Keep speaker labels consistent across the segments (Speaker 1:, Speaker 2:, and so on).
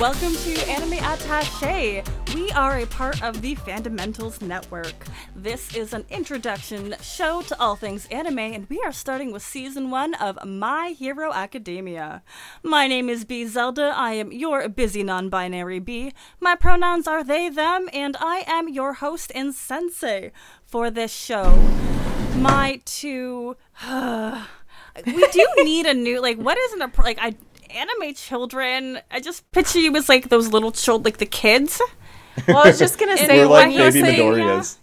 Speaker 1: Welcome to Anime Attache. We are a part of the Fundamentals Network. This is an introduction show to all things anime, and we are starting with season one of My Hero Academia. My name is B Zelda. I am your busy non-binary B. My pronouns are they, them, and I am your host and sensei for this show. My two. we do need a new like what isn't a like I anime children. I just picture you as like those little children, like the kids.
Speaker 2: Well, I was just gonna
Speaker 1: We're
Speaker 2: say
Speaker 1: They
Speaker 2: when
Speaker 1: were like
Speaker 2: you
Speaker 1: baby
Speaker 2: say,
Speaker 3: Midoriya's.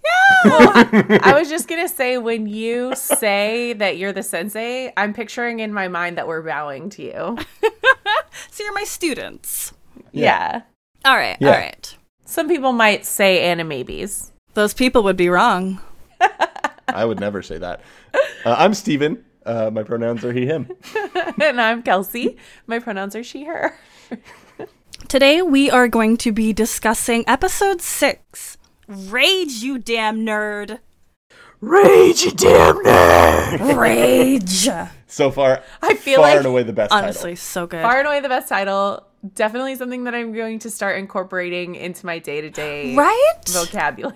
Speaker 2: I was just gonna say when you say that you're the sensei, I'm picturing in my mind that we're bowing to you.
Speaker 1: So you're my students.
Speaker 2: Yeah.
Speaker 1: All right,
Speaker 3: Yeah.
Speaker 1: all right.
Speaker 2: Some people might say animabies.
Speaker 1: Those people would be wrong.
Speaker 3: I would never say that. Uh, I'm Steven. Uh, my pronouns are he, him.
Speaker 2: and I'm Kelsey. My pronouns are she, her.
Speaker 1: Today we are going to be discussing episode six. Rage, you damn nerd.
Speaker 2: Rage, you damn nerd.
Speaker 1: Rage.
Speaker 3: So far,
Speaker 2: I feel
Speaker 3: far
Speaker 2: like-
Speaker 3: and away the best
Speaker 1: Honestly, so good.
Speaker 2: Far and away the best title. Definitely something that I'm going to start incorporating into my day to day
Speaker 1: right?
Speaker 2: vocabulary.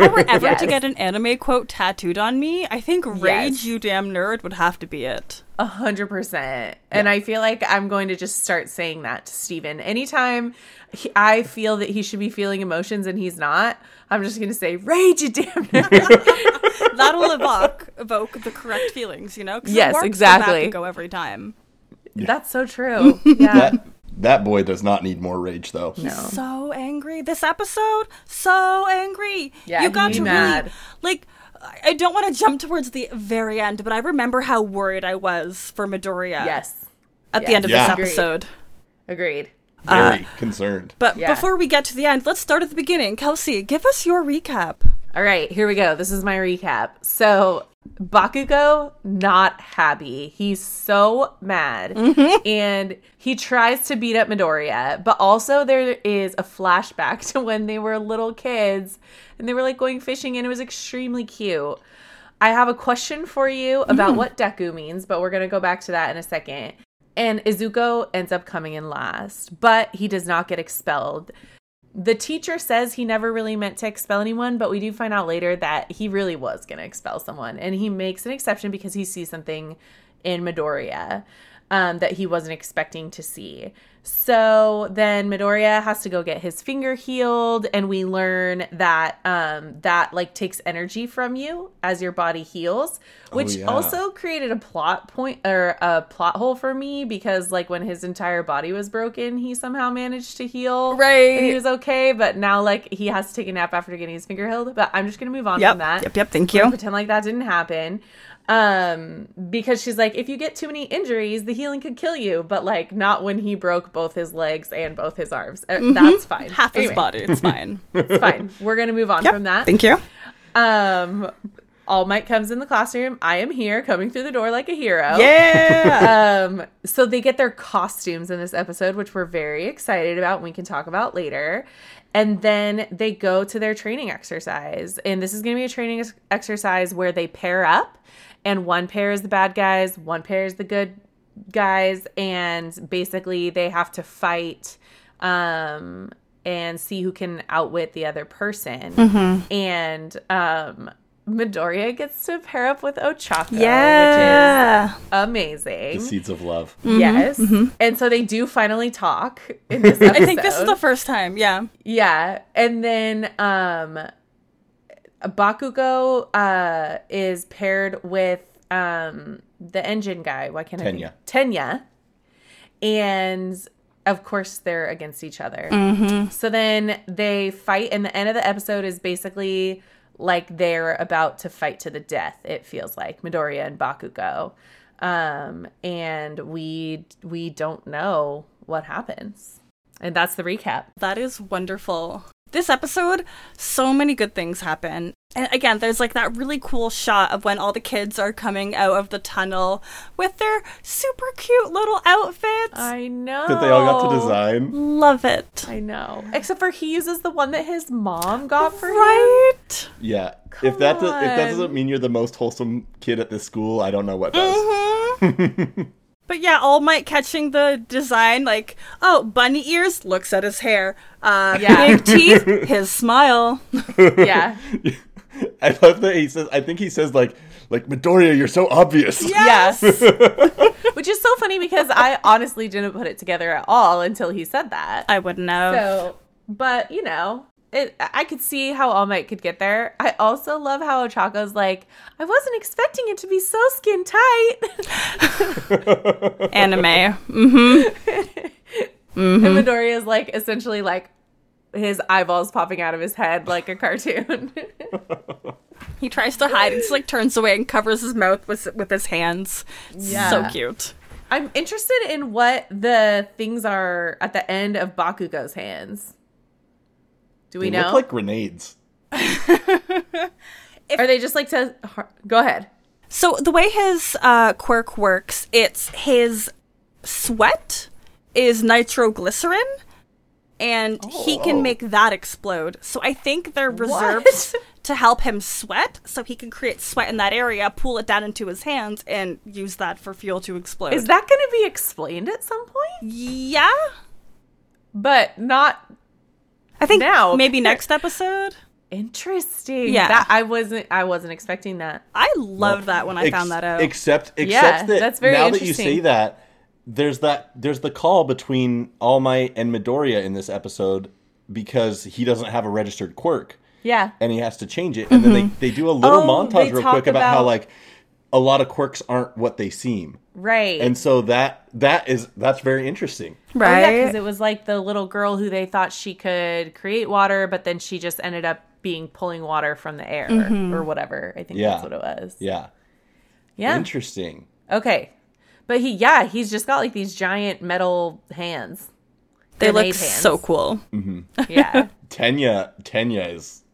Speaker 1: If I were ever to get an anime quote tattooed on me, I think Rage,
Speaker 2: Yes.
Speaker 1: you damn nerd would have to be it.
Speaker 2: A hundred percent. And I feel like I'm going to just start saying that to Steven. Anytime he, I feel that he should be feeling emotions and he's not, I'm just going to say, rage, you damn nerd."
Speaker 1: That'll evoke, evoke the correct feelings, you know? 'Cause it
Speaker 2: Yes,
Speaker 1: works with
Speaker 2: exactly.
Speaker 1: Bakugo every time.
Speaker 2: That's so true. Yeah.
Speaker 3: title. That, that boy does not need more rage, though.
Speaker 2: No.
Speaker 1: so angry. This episode, so angry.
Speaker 2: Yeah,
Speaker 1: you got
Speaker 2: he
Speaker 1: to
Speaker 2: mad.
Speaker 1: really like. I- I don't want to jump towards the very end, but I remember how worried I was for Midoriya
Speaker 2: Yes.
Speaker 1: at the
Speaker 2: yes.
Speaker 1: end of
Speaker 3: Yeah.
Speaker 1: this episode.
Speaker 2: Agreed. Uh,
Speaker 3: Very concerned.
Speaker 1: But
Speaker 2: Yeah.
Speaker 1: before we get to the end, let's start at the beginning. Kelsey, give us your recap.
Speaker 2: All right, here we go. This is my recap. So, Bakugo not happy. He's so mad. And he tries to beat up Midoriya, but also there is a flashback to when they were little kids and they were like going fishing and it was extremely cute. I have a question for you about what Deku means, but we're going to go back to that in a second. And Izuko ends up coming in last, but he does not get expelled. The teacher says he never really meant to expel anyone, but we do find out later that he really was going to expel someone. And he makes an exception because he sees something in Midoriya um, that he wasn't expecting to see. So then Midoriya has to go get his finger healed, and we learn that um, that like takes energy from you as your body heals, which
Speaker 3: yeah.
Speaker 2: also created a plot point or a plot hole for me because like when his entire body was broken, he somehow managed to heal. And he
Speaker 1: Right.
Speaker 2: was okay, but now like he has to take a nap after getting his finger healed. But I'm just gonna move on from that.
Speaker 1: Yep. Yep. Thank you.
Speaker 2: Pretend like that didn't happen. Um, because she's like, if you get too many injuries, the healing could kill you, but like not when he broke both his legs and both his arms. Uh, That's fine.
Speaker 1: Mm-hmm. Half his
Speaker 2: Anyway,
Speaker 1: body. It's fine.
Speaker 2: It's fine. We're gonna move on from that.
Speaker 1: Thank you.
Speaker 2: Um All Might comes in the classroom. I am here, coming through the door like a hero.
Speaker 1: Yeah.
Speaker 2: Um, so they get their costumes in this episode, which we're very excited about and we can talk about later. And then they go to their training exercise. And this is going to be a training ex- exercise where they pair up, and one pair is the bad guys, one pair is the good guys. And basically, they have to fight um, and see who can outwit the other person. And um, Midoriya gets to pair up with Ochako, which is
Speaker 1: yeah.
Speaker 2: amazing.
Speaker 3: The seeds of love.
Speaker 1: Mm-hmm.
Speaker 2: Yes. And so they do finally talk in this episode.
Speaker 1: I think this is the first time. Yeah.
Speaker 2: Yeah. And then um Bakugo uh is paired with um the engine guy. Why can't I think? Tenya. And of course they're against each other. So then they fight and the end of the episode is basically like they're about to fight to the death, it feels like Midoriya and Bakugo. Um and we we don't know what happens. And that's the recap.
Speaker 1: That is wonderful. This episode, so many good things happen. And again, there's like that really cool shot of when all the kids are coming out of the tunnel with their super cute little outfits.
Speaker 2: I know.
Speaker 3: That they all got to design.
Speaker 1: love it.
Speaker 2: I know. Except for he uses the one that his mom got for him.
Speaker 1: Right?
Speaker 3: Yeah. if that does, if that
Speaker 2: on. Mm-hmm.
Speaker 3: doesn't mean you're the most wholesome kid at this school, I don't know what does.
Speaker 1: hmm But yeah, All Might catching the design, like, oh, bunny ears, looks at his hair. Uh,
Speaker 2: Yeah.
Speaker 1: Big teeth, his smile.
Speaker 2: Yeah.
Speaker 3: I love that he says. I think he says like like Midoriya, you're so obvious.
Speaker 2: Yes. Which is so funny because I honestly didn't put it together at all until he said that.
Speaker 1: I wouldn't know.
Speaker 2: So, but you know, it, I could see how All Might could get there. I also love how Ochako's like, I wasn't expecting it to be so skin tight.
Speaker 1: Anime. hmm
Speaker 3: Mm-hmm.
Speaker 2: And Midoriya's like essentially like his eyeballs popping out of his head like a cartoon.
Speaker 1: He tries to hide and just like turns away and covers his mouth with, with his hands. So
Speaker 2: Yeah.
Speaker 1: cute.
Speaker 2: I'm interested in what the things are at the end of Bakugo's hands. Do we
Speaker 3: They
Speaker 2: know?
Speaker 3: look like grenades.
Speaker 2: are they just like to go ahead?
Speaker 1: So the way his uh, quirk works, it's his sweat is nitroglycerin, and he can make that explode. So I think they're reserved to help him sweat, so he can create sweat in that area, pull it down into his hands, and use that for fuel to explode.
Speaker 2: Is that going to be explained at some point?
Speaker 1: yeah?
Speaker 2: But not
Speaker 1: I think
Speaker 2: Now-
Speaker 1: maybe next episode.
Speaker 2: interesting.
Speaker 1: Yeah.
Speaker 2: That I wasn't I wasn't expecting that.
Speaker 1: I loved that when I
Speaker 3: Ex-
Speaker 1: found that out.
Speaker 3: Except, except
Speaker 2: Yeah,
Speaker 3: that
Speaker 2: that's very
Speaker 3: now that you
Speaker 2: interesting.
Speaker 3: say that, there's that there's the call between All Might and Midoriya in this episode because he doesn't have a registered quirk
Speaker 2: Yeah.
Speaker 3: and he has to change it, and then they, they do a little
Speaker 2: Oh, they
Speaker 3: montage real
Speaker 2: talk
Speaker 3: quick about, how
Speaker 2: about-
Speaker 3: like a lot of quirks aren't what they seem,
Speaker 2: Right.
Speaker 3: and so that that is that's very interesting.
Speaker 1: right?
Speaker 2: because it was like the little girl who they thought she could create water, but then she just ended up being pulling water from the air or whatever. I think
Speaker 3: Yeah.
Speaker 2: that's what it was.
Speaker 3: Yeah,
Speaker 2: Yeah.
Speaker 3: interesting.
Speaker 2: Okay. But he, yeah, he's just got like these giant metal hands.
Speaker 1: they look
Speaker 2: grenade hands.
Speaker 1: so cool.
Speaker 2: Yeah.
Speaker 3: Tenya Tenya is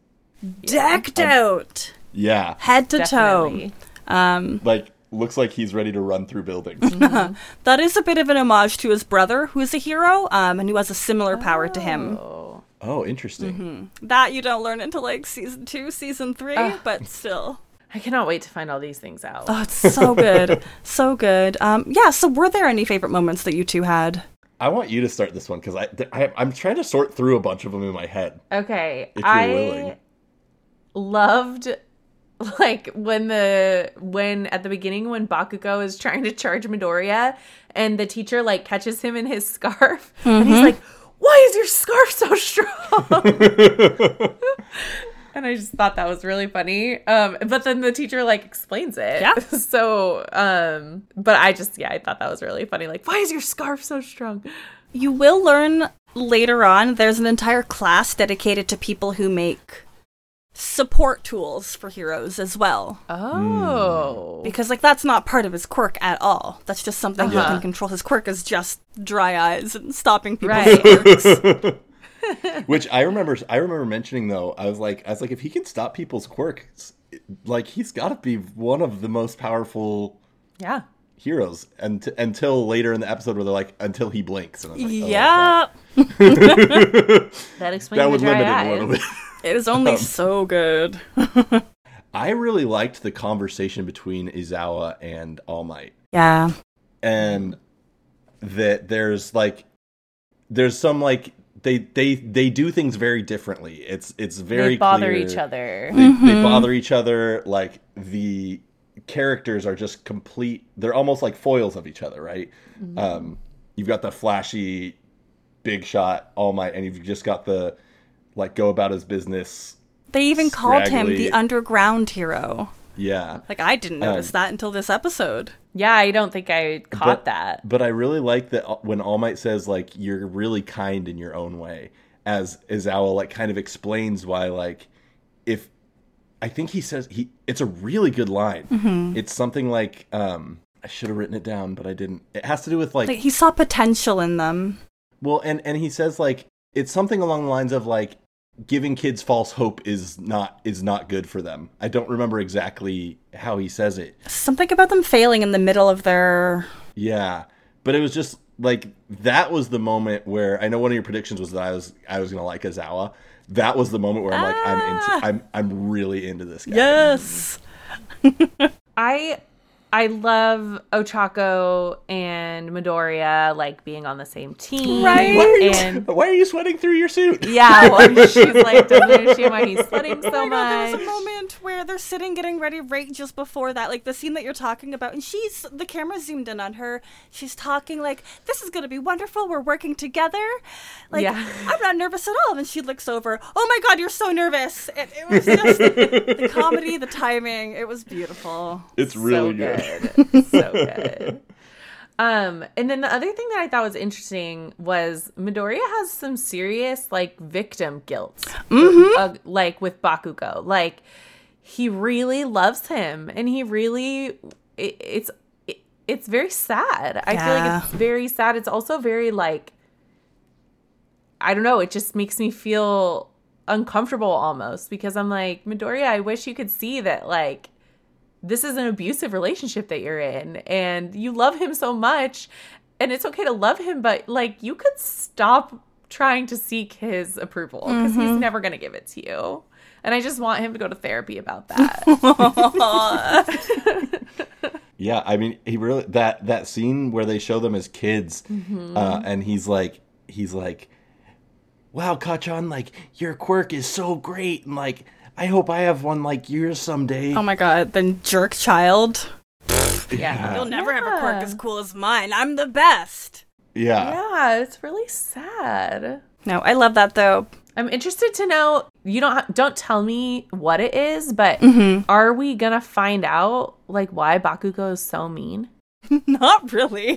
Speaker 1: Decked out,
Speaker 3: yeah
Speaker 1: head to toe.
Speaker 2: definitely.
Speaker 3: like looks like he's ready to run through buildings.
Speaker 2: Mm-hmm.
Speaker 1: That is a bit of an homage to his brother, who is a hero, um, and who has a similar power to him.
Speaker 2: Oh.
Speaker 3: oh, interesting.
Speaker 1: That you don't learn until like season two, season three, but still.
Speaker 2: I cannot wait to find all these things out.
Speaker 1: Oh, it's so good. so good. Um, yeah, so were there any favorite moments that you two had?
Speaker 3: I want you to start this one because I, th- I I'm trying to sort through a bunch of them in my head.
Speaker 2: Okay.
Speaker 3: If you're
Speaker 2: I
Speaker 3: willing.
Speaker 2: loved like when the when at the beginning when Bakugo is trying to charge Midoriya and the teacher like catches him in his scarf and he's like, Why is your scarf so strong? and I just thought that was really funny. Um but then the teacher like explains it.
Speaker 1: Yeah.
Speaker 2: So um but I just yeah, I thought that was really funny. Like, why is your scarf so strong?
Speaker 1: You will learn later on there's an entire class dedicated to people who make support tools for heroes as well.
Speaker 2: Oh.
Speaker 3: Hmm.
Speaker 1: Because like that's not part of his quirk at all. That's just something he can control. His quirk is just dry eyes and stopping people.
Speaker 2: Right.
Speaker 3: Which I remember I remember mentioning though. I was like I was like if he can stop people's quirks, like he's got to be one of the most powerful
Speaker 2: Yeah.
Speaker 3: heroes. And until later in the episode where they're like until he blinks. And I was like, oh,
Speaker 1: yeah.
Speaker 2: That explains
Speaker 3: that
Speaker 2: the
Speaker 3: would
Speaker 2: dry
Speaker 3: limit
Speaker 2: eyes.
Speaker 3: it a little bit.
Speaker 1: It is only so good.
Speaker 3: I really liked the conversation between Izawa and All Might.
Speaker 1: Yeah.
Speaker 3: and that there's like there's some like they they they do things very differently it's it's very
Speaker 2: they bother
Speaker 3: clear.
Speaker 2: each other.
Speaker 3: they, they bother each other like the characters are just complete they're almost like foils of each other right
Speaker 2: Mm-hmm.
Speaker 3: um you've got the flashy big shot all might and you've just got the like go about his business
Speaker 1: They even called him
Speaker 3: Scraggly.
Speaker 1: the underground hero.
Speaker 3: yeah
Speaker 1: Like I didn't notice that until this episode.
Speaker 2: Yeah, I don't think I caught
Speaker 3: but,
Speaker 2: that.
Speaker 3: But I really like that uh, when All Might says like you're really kind in your own way, as Izawa like kind of explains why like if I think he says he it's a really good line.
Speaker 2: Mm-hmm.
Speaker 3: It's something like um I should have written it down, but I didn't. It has to do with like,
Speaker 1: Like he saw potential in them.
Speaker 3: well, and and he says like it's something along the lines of like giving kids false hope is not is not good for them. I don't remember exactly how he says it.
Speaker 1: Something about them failing in the middle of their
Speaker 3: Yeah, but it was just like that was the moment where I know one of your predictions was that I was I was gonna like Azawa. That was the moment where I'm like
Speaker 2: Ah.
Speaker 3: I'm into I'm I'm really into this guy.
Speaker 1: Yes.
Speaker 2: I I love Ochako and Midoriya like being on the same team,
Speaker 1: Right?
Speaker 3: Why are you,
Speaker 2: And
Speaker 3: why are you sweating through your suit?
Speaker 2: yeah, well, she's like doesn't understand why he's sweating so
Speaker 1: I know there
Speaker 2: much.
Speaker 1: was a moment where they're sitting getting ready right just before that, like the scene that you're talking about, and she's the camera zoomed in on her. She's talking like, "This is gonna be wonderful. We're working together." Like,
Speaker 2: Yeah.
Speaker 1: I'm not nervous at all. And she looks over. Oh my god, you're so nervous. And it was just the comedy, the timing. It was beautiful.
Speaker 3: It's really good.
Speaker 2: good. so good. Um, and then the other thing that I thought was interesting was Midoriya has some serious like victim guilt, uh, like with Bakugo. Like he really loves him, and he really it, it's it, it's very sad. I feel
Speaker 1: Yeah.
Speaker 2: like it's very sad. It's also very like I don't know. It just makes me feel uncomfortable almost because I'm like Midoriya. I wish you could see that like this is an abusive relationship that you're in and you love him so much and it's okay to love him but like you could stop trying to seek his approval because he's never going to give it to you and i just want him to go to therapy about that
Speaker 3: Yeah, I mean, he really that that scene where they show them as kids,
Speaker 2: Mm-hmm.
Speaker 3: uh, and he's like, he's like, "Wow, Kachan, like your quirk is so great, and like I hope I have one like yours someday."
Speaker 2: Um,
Speaker 1: Oh my god, then jerk child.
Speaker 2: yeah
Speaker 1: You'll never have a quirk
Speaker 2: Yeah.
Speaker 1: as cool as mine. I'm the best.
Speaker 3: yeah,
Speaker 2: yeah it's really sad
Speaker 1: No, I love that though.
Speaker 2: i'm interested to know you don't ha- don't tell me what it is but are we going to find out like why bakugo is so mean
Speaker 1: Not really.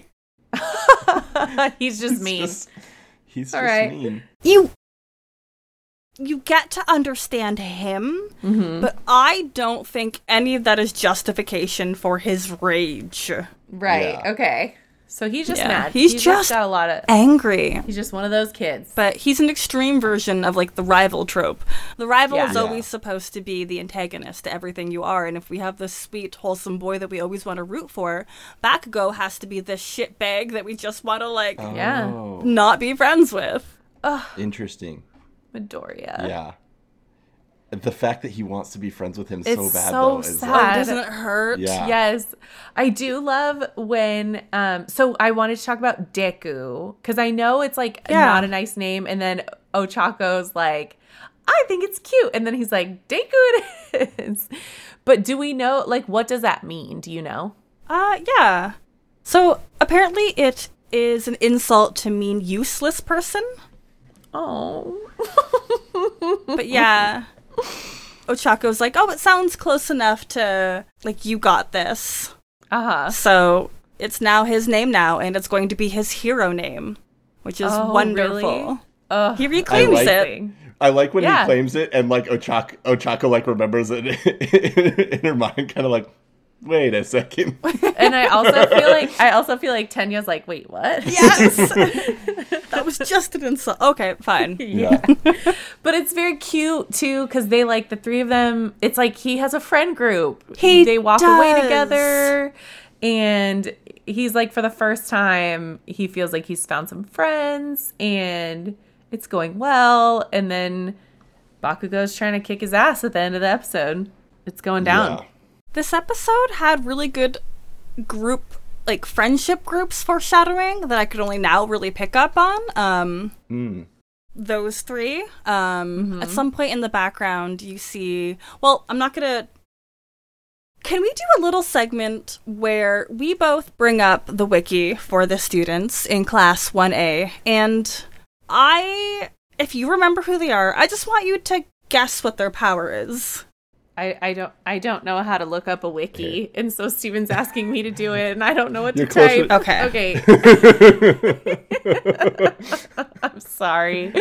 Speaker 2: he's just mean
Speaker 3: Just- he's
Speaker 2: All
Speaker 3: just
Speaker 2: right.
Speaker 3: mean.
Speaker 1: you you get to understand him
Speaker 3: Mm-hmm.
Speaker 1: but i don't think any of that is justification for his rage
Speaker 2: Right.
Speaker 3: Yeah.
Speaker 2: Okay. So he's just
Speaker 1: Yeah.
Speaker 2: mad.
Speaker 1: He's just-
Speaker 2: got a lot of.
Speaker 1: angry
Speaker 2: He's just one of those kids.
Speaker 1: but he's an extreme version of like the rival trope the rival
Speaker 2: Yeah.
Speaker 1: is
Speaker 3: Yeah.
Speaker 1: always supposed to be the antagonist to everything you are and if we have this sweet wholesome boy that we always want to root for bakugo has to be this shitbag that we just want to like
Speaker 2: Yeah.
Speaker 3: Oh,
Speaker 1: not be friends with
Speaker 3: interesting.
Speaker 2: Midoriya.
Speaker 3: Yeah, the fact that he wants to be friends with him so
Speaker 2: It's so
Speaker 3: bad though is
Speaker 1: oh
Speaker 2: sad.
Speaker 3: like,
Speaker 1: doesn't it hurt
Speaker 3: yeah,
Speaker 2: Yes, I do love when. Um, so I wanted to talk about Deku because I know it's like
Speaker 1: Yeah.
Speaker 2: not a nice name, and then Ochako's like, I think it's cute, and then he's like, Deku it is. But do we know like what does that mean? Do you know?
Speaker 1: Uh, yeah. So apparently it is an insult to mean useless person.
Speaker 2: Oh,
Speaker 1: But yeah. Ochako's like, oh, it sounds close enough to, like, you got this.
Speaker 2: uh huh.
Speaker 1: So it's now his name now, and it's going to be his hero name, which is
Speaker 2: Oh,
Speaker 1: wonderful.
Speaker 2: really? Ugh.
Speaker 1: He reclaims
Speaker 3: like
Speaker 1: it.
Speaker 3: I like when
Speaker 2: Yeah.
Speaker 3: he claims it and like Ochako, Ochako like remembers it in her mind, kind of like, wait a second.
Speaker 2: and I also feel like I also feel like Tenya's like, wait, what?
Speaker 1: Yes! that was just an insult. Okay, fine.
Speaker 3: Yeah.
Speaker 2: But it's very cute too because they like the three of them. It's like he has a friend group.
Speaker 1: He
Speaker 2: they walk away
Speaker 1: does.
Speaker 2: together, and he's like for the first time he feels like he's found some friends and it's going well. And then Bakugo's trying to kick his ass at the end of the episode. It's going down.
Speaker 3: Yeah.
Speaker 1: This episode had really good group, like, friendship groups foreshadowing that I could only now really pick up on. Um,
Speaker 3: Mm.
Speaker 1: those three. Um, At some point in the background, you see. Well, I'm not gonna. Can we do a little segment where we both bring up the wiki for the students in class 1A? And I, if you remember who they are, I just want you to guess what their power is.
Speaker 2: I, I don't I don't know how to look up a wiki, and so Steven's asking me to do it, and I don't know what
Speaker 3: You're
Speaker 2: to
Speaker 3: closer-
Speaker 2: type.
Speaker 1: Okay.
Speaker 2: okay, I'm sorry.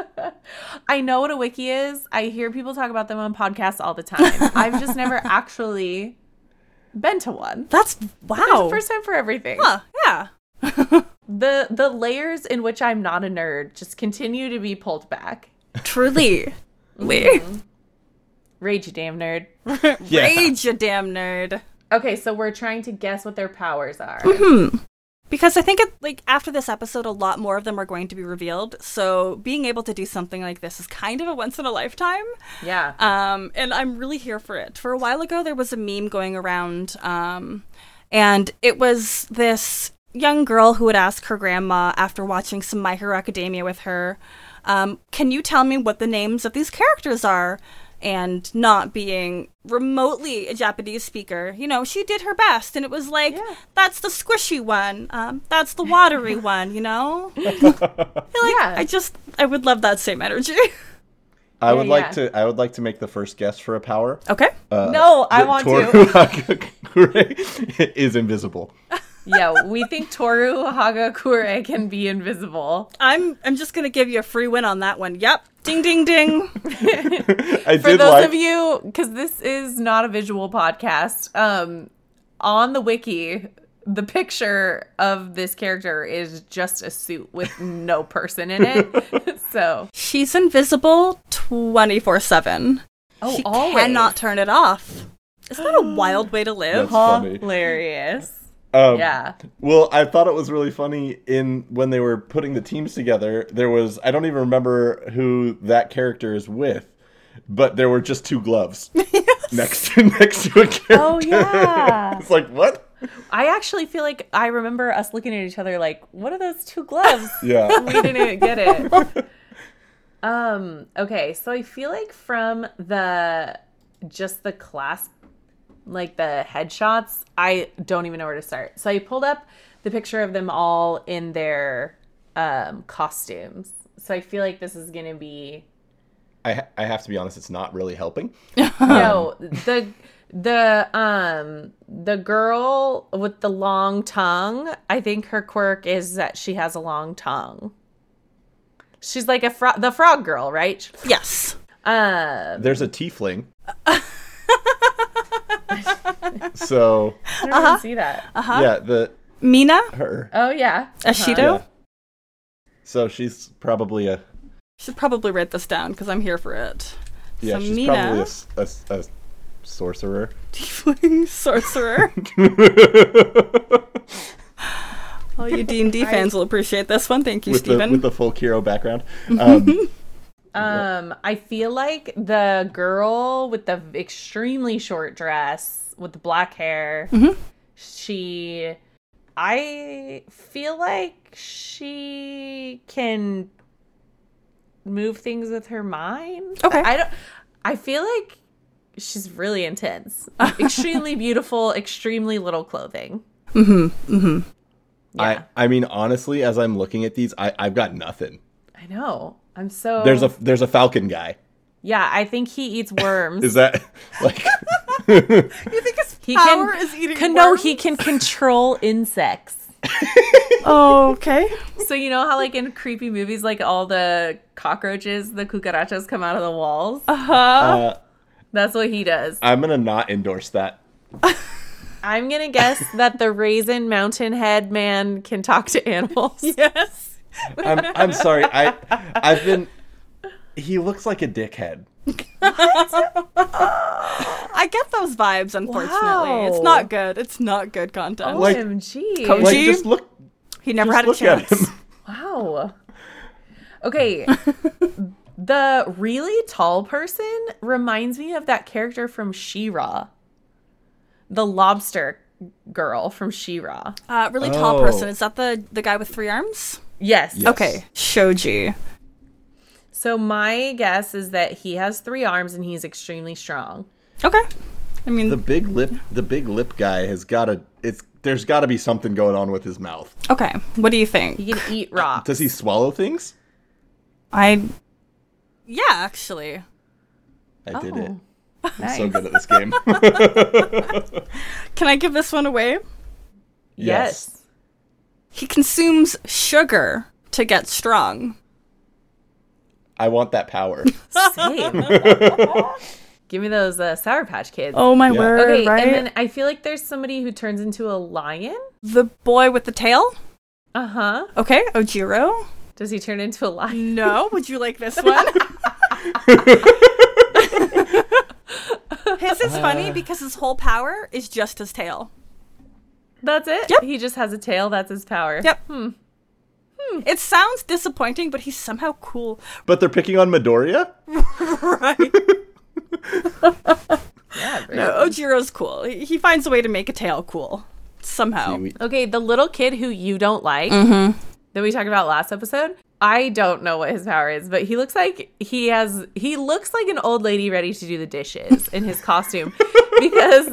Speaker 2: I know what a wiki is. I hear people talk about them on podcasts all the time. I've just never actually been to one.
Speaker 1: That's
Speaker 2: There's
Speaker 1: wow.
Speaker 2: a first time for everything.
Speaker 1: Huh, yeah.
Speaker 2: The the layers in which I'm not a nerd just continue to be pulled back.
Speaker 1: Truly.
Speaker 2: Rage, you damn nerd.
Speaker 3: Yeah.
Speaker 1: Rage, you damn nerd. Mm-hmm.
Speaker 2: Okay, so we're trying to guess what their powers are.
Speaker 1: Because I think it, like after this episode, a lot more of them are going to be revealed. So being able to do something like this is kind of a once in a lifetime.
Speaker 2: Yeah.
Speaker 1: Um, and I'm really here for it. For a while ago, there was a meme going around, um, and it was this young girl who would ask her grandma after watching some My Hero Academia with her, um, "Can you tell me what the names of these characters are?" And not being remotely a Japanese speaker, you know, she did her best, and it was like,
Speaker 2: Yeah.
Speaker 1: "That's the squishy one. Um, that's the watery one," you know. Like,
Speaker 2: yeah.
Speaker 1: I just, I would love that same energy.
Speaker 3: I would
Speaker 2: Yeah,
Speaker 3: like
Speaker 2: yeah.
Speaker 3: to. I would like to make the first guess for a power.
Speaker 1: okay.
Speaker 3: Uh,
Speaker 2: no, I
Speaker 3: that
Speaker 2: want to.
Speaker 3: Toru Hagakure is invisible.
Speaker 2: yeah, we think Toru Hagakure can be invisible.
Speaker 1: I'm I'm just gonna give you a free win on that one. Yep. Ding ding ding.
Speaker 3: I
Speaker 2: For those
Speaker 3: did like.
Speaker 2: of you, because this is not a visual podcast, um, on the wiki, the picture of this character is just a suit with no person in it. so,
Speaker 1: She's invisible twenty four seven.
Speaker 2: oh,
Speaker 1: She
Speaker 2: always
Speaker 1: cannot turn it off. Isn't that a wild way to live?
Speaker 3: That's- funny.
Speaker 2: hilarious.
Speaker 3: um,
Speaker 2: Yeah.
Speaker 3: Well, I thought it was really funny in when they were putting the teams together. There was I don't even remember who that character is with, but there were just two gloves next to next to a character.
Speaker 2: Oh, yeah.
Speaker 3: it's like what?
Speaker 2: I actually feel like I remember us looking at each other like, what are those two gloves?
Speaker 3: Yeah.
Speaker 2: we didn't get it. Um, okay, so I feel like from the just the clasp like the headshots, I don't even know where to start. So I pulled up the picture of them all in their um costumes. So I feel like this is gonna be
Speaker 3: I ha- I have to be honest. It's not really helping.
Speaker 2: no the the um the girl with the long tongue i think her quirk is that she has a long tongue she's like a frog the frog girl right
Speaker 1: Yes.
Speaker 2: uh
Speaker 3: There's a tiefling. so
Speaker 2: i don't even see that
Speaker 3: yeah, the
Speaker 1: Mina?
Speaker 3: her.
Speaker 2: oh yeah
Speaker 1: Ashido?
Speaker 3: Yeah. So she's probably a
Speaker 1: Should probably write this down because I'm here for it.
Speaker 3: yeah.
Speaker 1: so
Speaker 3: she's probably a
Speaker 1: Mina,
Speaker 3: s- a, s- a sorcerer.
Speaker 1: tiefling sorcerer. All you D and D fans will appreciate this one. Thank you,
Speaker 3: with the,
Speaker 1: Stephen.
Speaker 3: with the full Kiro background. Um,
Speaker 2: um i feel like the girl with the extremely short dress with the black hair she i feel like she can move things with her mind
Speaker 1: Okay.
Speaker 2: i don't i feel like she's really intense extremely beautiful extremely little clothing
Speaker 3: I, I mean, honestly, as I'm looking at these, I, I've got nothing.
Speaker 2: i know i'm so
Speaker 3: There's a there's a falcon guy.
Speaker 2: yeah i think he eats worms
Speaker 3: Is that like
Speaker 1: you think his
Speaker 2: he
Speaker 1: power is eating
Speaker 2: can no
Speaker 1: worms?
Speaker 2: he can control insects
Speaker 1: Okay.
Speaker 2: So you know how like in creepy movies, like all the cockroaches, the cucarachas come out of the walls.
Speaker 3: uh,
Speaker 2: That's what he does.
Speaker 3: I'm gonna not endorse that.
Speaker 2: I'm gonna guess that the raisin mountain head man can talk to animals.
Speaker 1: Yes.
Speaker 3: I'm I'm sorry. I I've been. He looks like a dickhead. Uh,
Speaker 1: I get those vibes, unfortunately. It's
Speaker 2: Wow.
Speaker 1: not good. It's not good content.
Speaker 3: Like-
Speaker 2: OMG!
Speaker 1: Coach-
Speaker 3: Like
Speaker 1: Gee,
Speaker 3: just look.
Speaker 1: he never had a
Speaker 3: Oh, Look at
Speaker 1: chance.
Speaker 3: him.
Speaker 2: Wow. Okay. the really tall person reminds me of that character from She-Ra, the lobster girl from She-Ra.
Speaker 1: Uh, really tall person.
Speaker 3: Oh.
Speaker 1: Is that the the guy with three arms?
Speaker 2: Yes.
Speaker 3: Yes.
Speaker 1: Okay, Shoji.
Speaker 2: So my guess is that he has three arms and he's extremely strong.
Speaker 1: Okay. I mean,
Speaker 3: The big lip. The big lip guy has got to. It's there's got to be something going on with his mouth.
Speaker 1: okay. What do you think?
Speaker 2: He can eat rocks.
Speaker 3: Does he swallow things?
Speaker 1: I. Yeah, actually.
Speaker 3: I did it.
Speaker 2: Nice.
Speaker 3: So good at this game.
Speaker 1: Can I give this one away?
Speaker 2: Yes.
Speaker 1: He consumes sugar to get strong.
Speaker 3: I want that power.
Speaker 2: Same. Give me those uh, Sour Patch Kids.
Speaker 1: Oh my
Speaker 3: Yeah.
Speaker 1: word!
Speaker 2: okay,
Speaker 1: right?
Speaker 2: and then I feel like there's somebody who turns into a lion.
Speaker 1: the boy with the tail.
Speaker 2: Uh huh.
Speaker 1: Okay, Ojiro.
Speaker 2: Does he turn into a lion?
Speaker 1: No, would you like this one? his is funny because his whole power is just his tail.
Speaker 2: That's it?
Speaker 1: Yep.
Speaker 2: He just has a tail. That's his power.
Speaker 1: Yep. It sounds disappointing, but he's somehow cool.
Speaker 3: But they're picking on Midoriya?
Speaker 1: Right.
Speaker 2: Yeah, great.
Speaker 1: Ojiro's cool. He he finds a way to make a tail cool. Somehow.
Speaker 3: Kiwi.
Speaker 2: Okay, the little kid who you don't like
Speaker 1: Mm-hmm.
Speaker 2: that we talked about last episode. I don't know what his power is, but he looks like he has he looks like an old lady ready to do the dishes in his costume because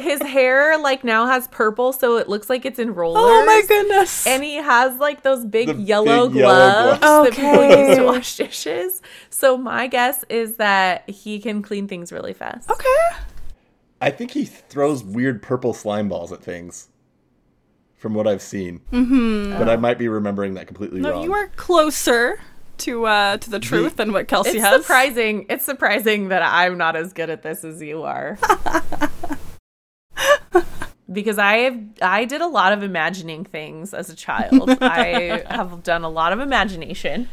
Speaker 2: his hair like now has purple, so it looks like it's in rollers.
Speaker 1: Oh goodness.
Speaker 2: And he has like those big
Speaker 3: The
Speaker 2: yellow
Speaker 3: big yellow
Speaker 2: gloves that people use
Speaker 1: Okay.
Speaker 2: to wash dishes. So my guess is that he can clean things really fast.
Speaker 1: okay.
Speaker 3: I think he throws weird purple slime balls at things, from what I've seen. Mm-hmm. But I might be remembering that completely
Speaker 1: No,
Speaker 3: wrong.
Speaker 1: you are closer to uh, to the truth than what Kelsey
Speaker 2: It's
Speaker 1: has.
Speaker 2: surprising. It's surprising that I'm not as good at this as you are. because I have I did a lot of imagining things as a child. I have done a lot of imagination.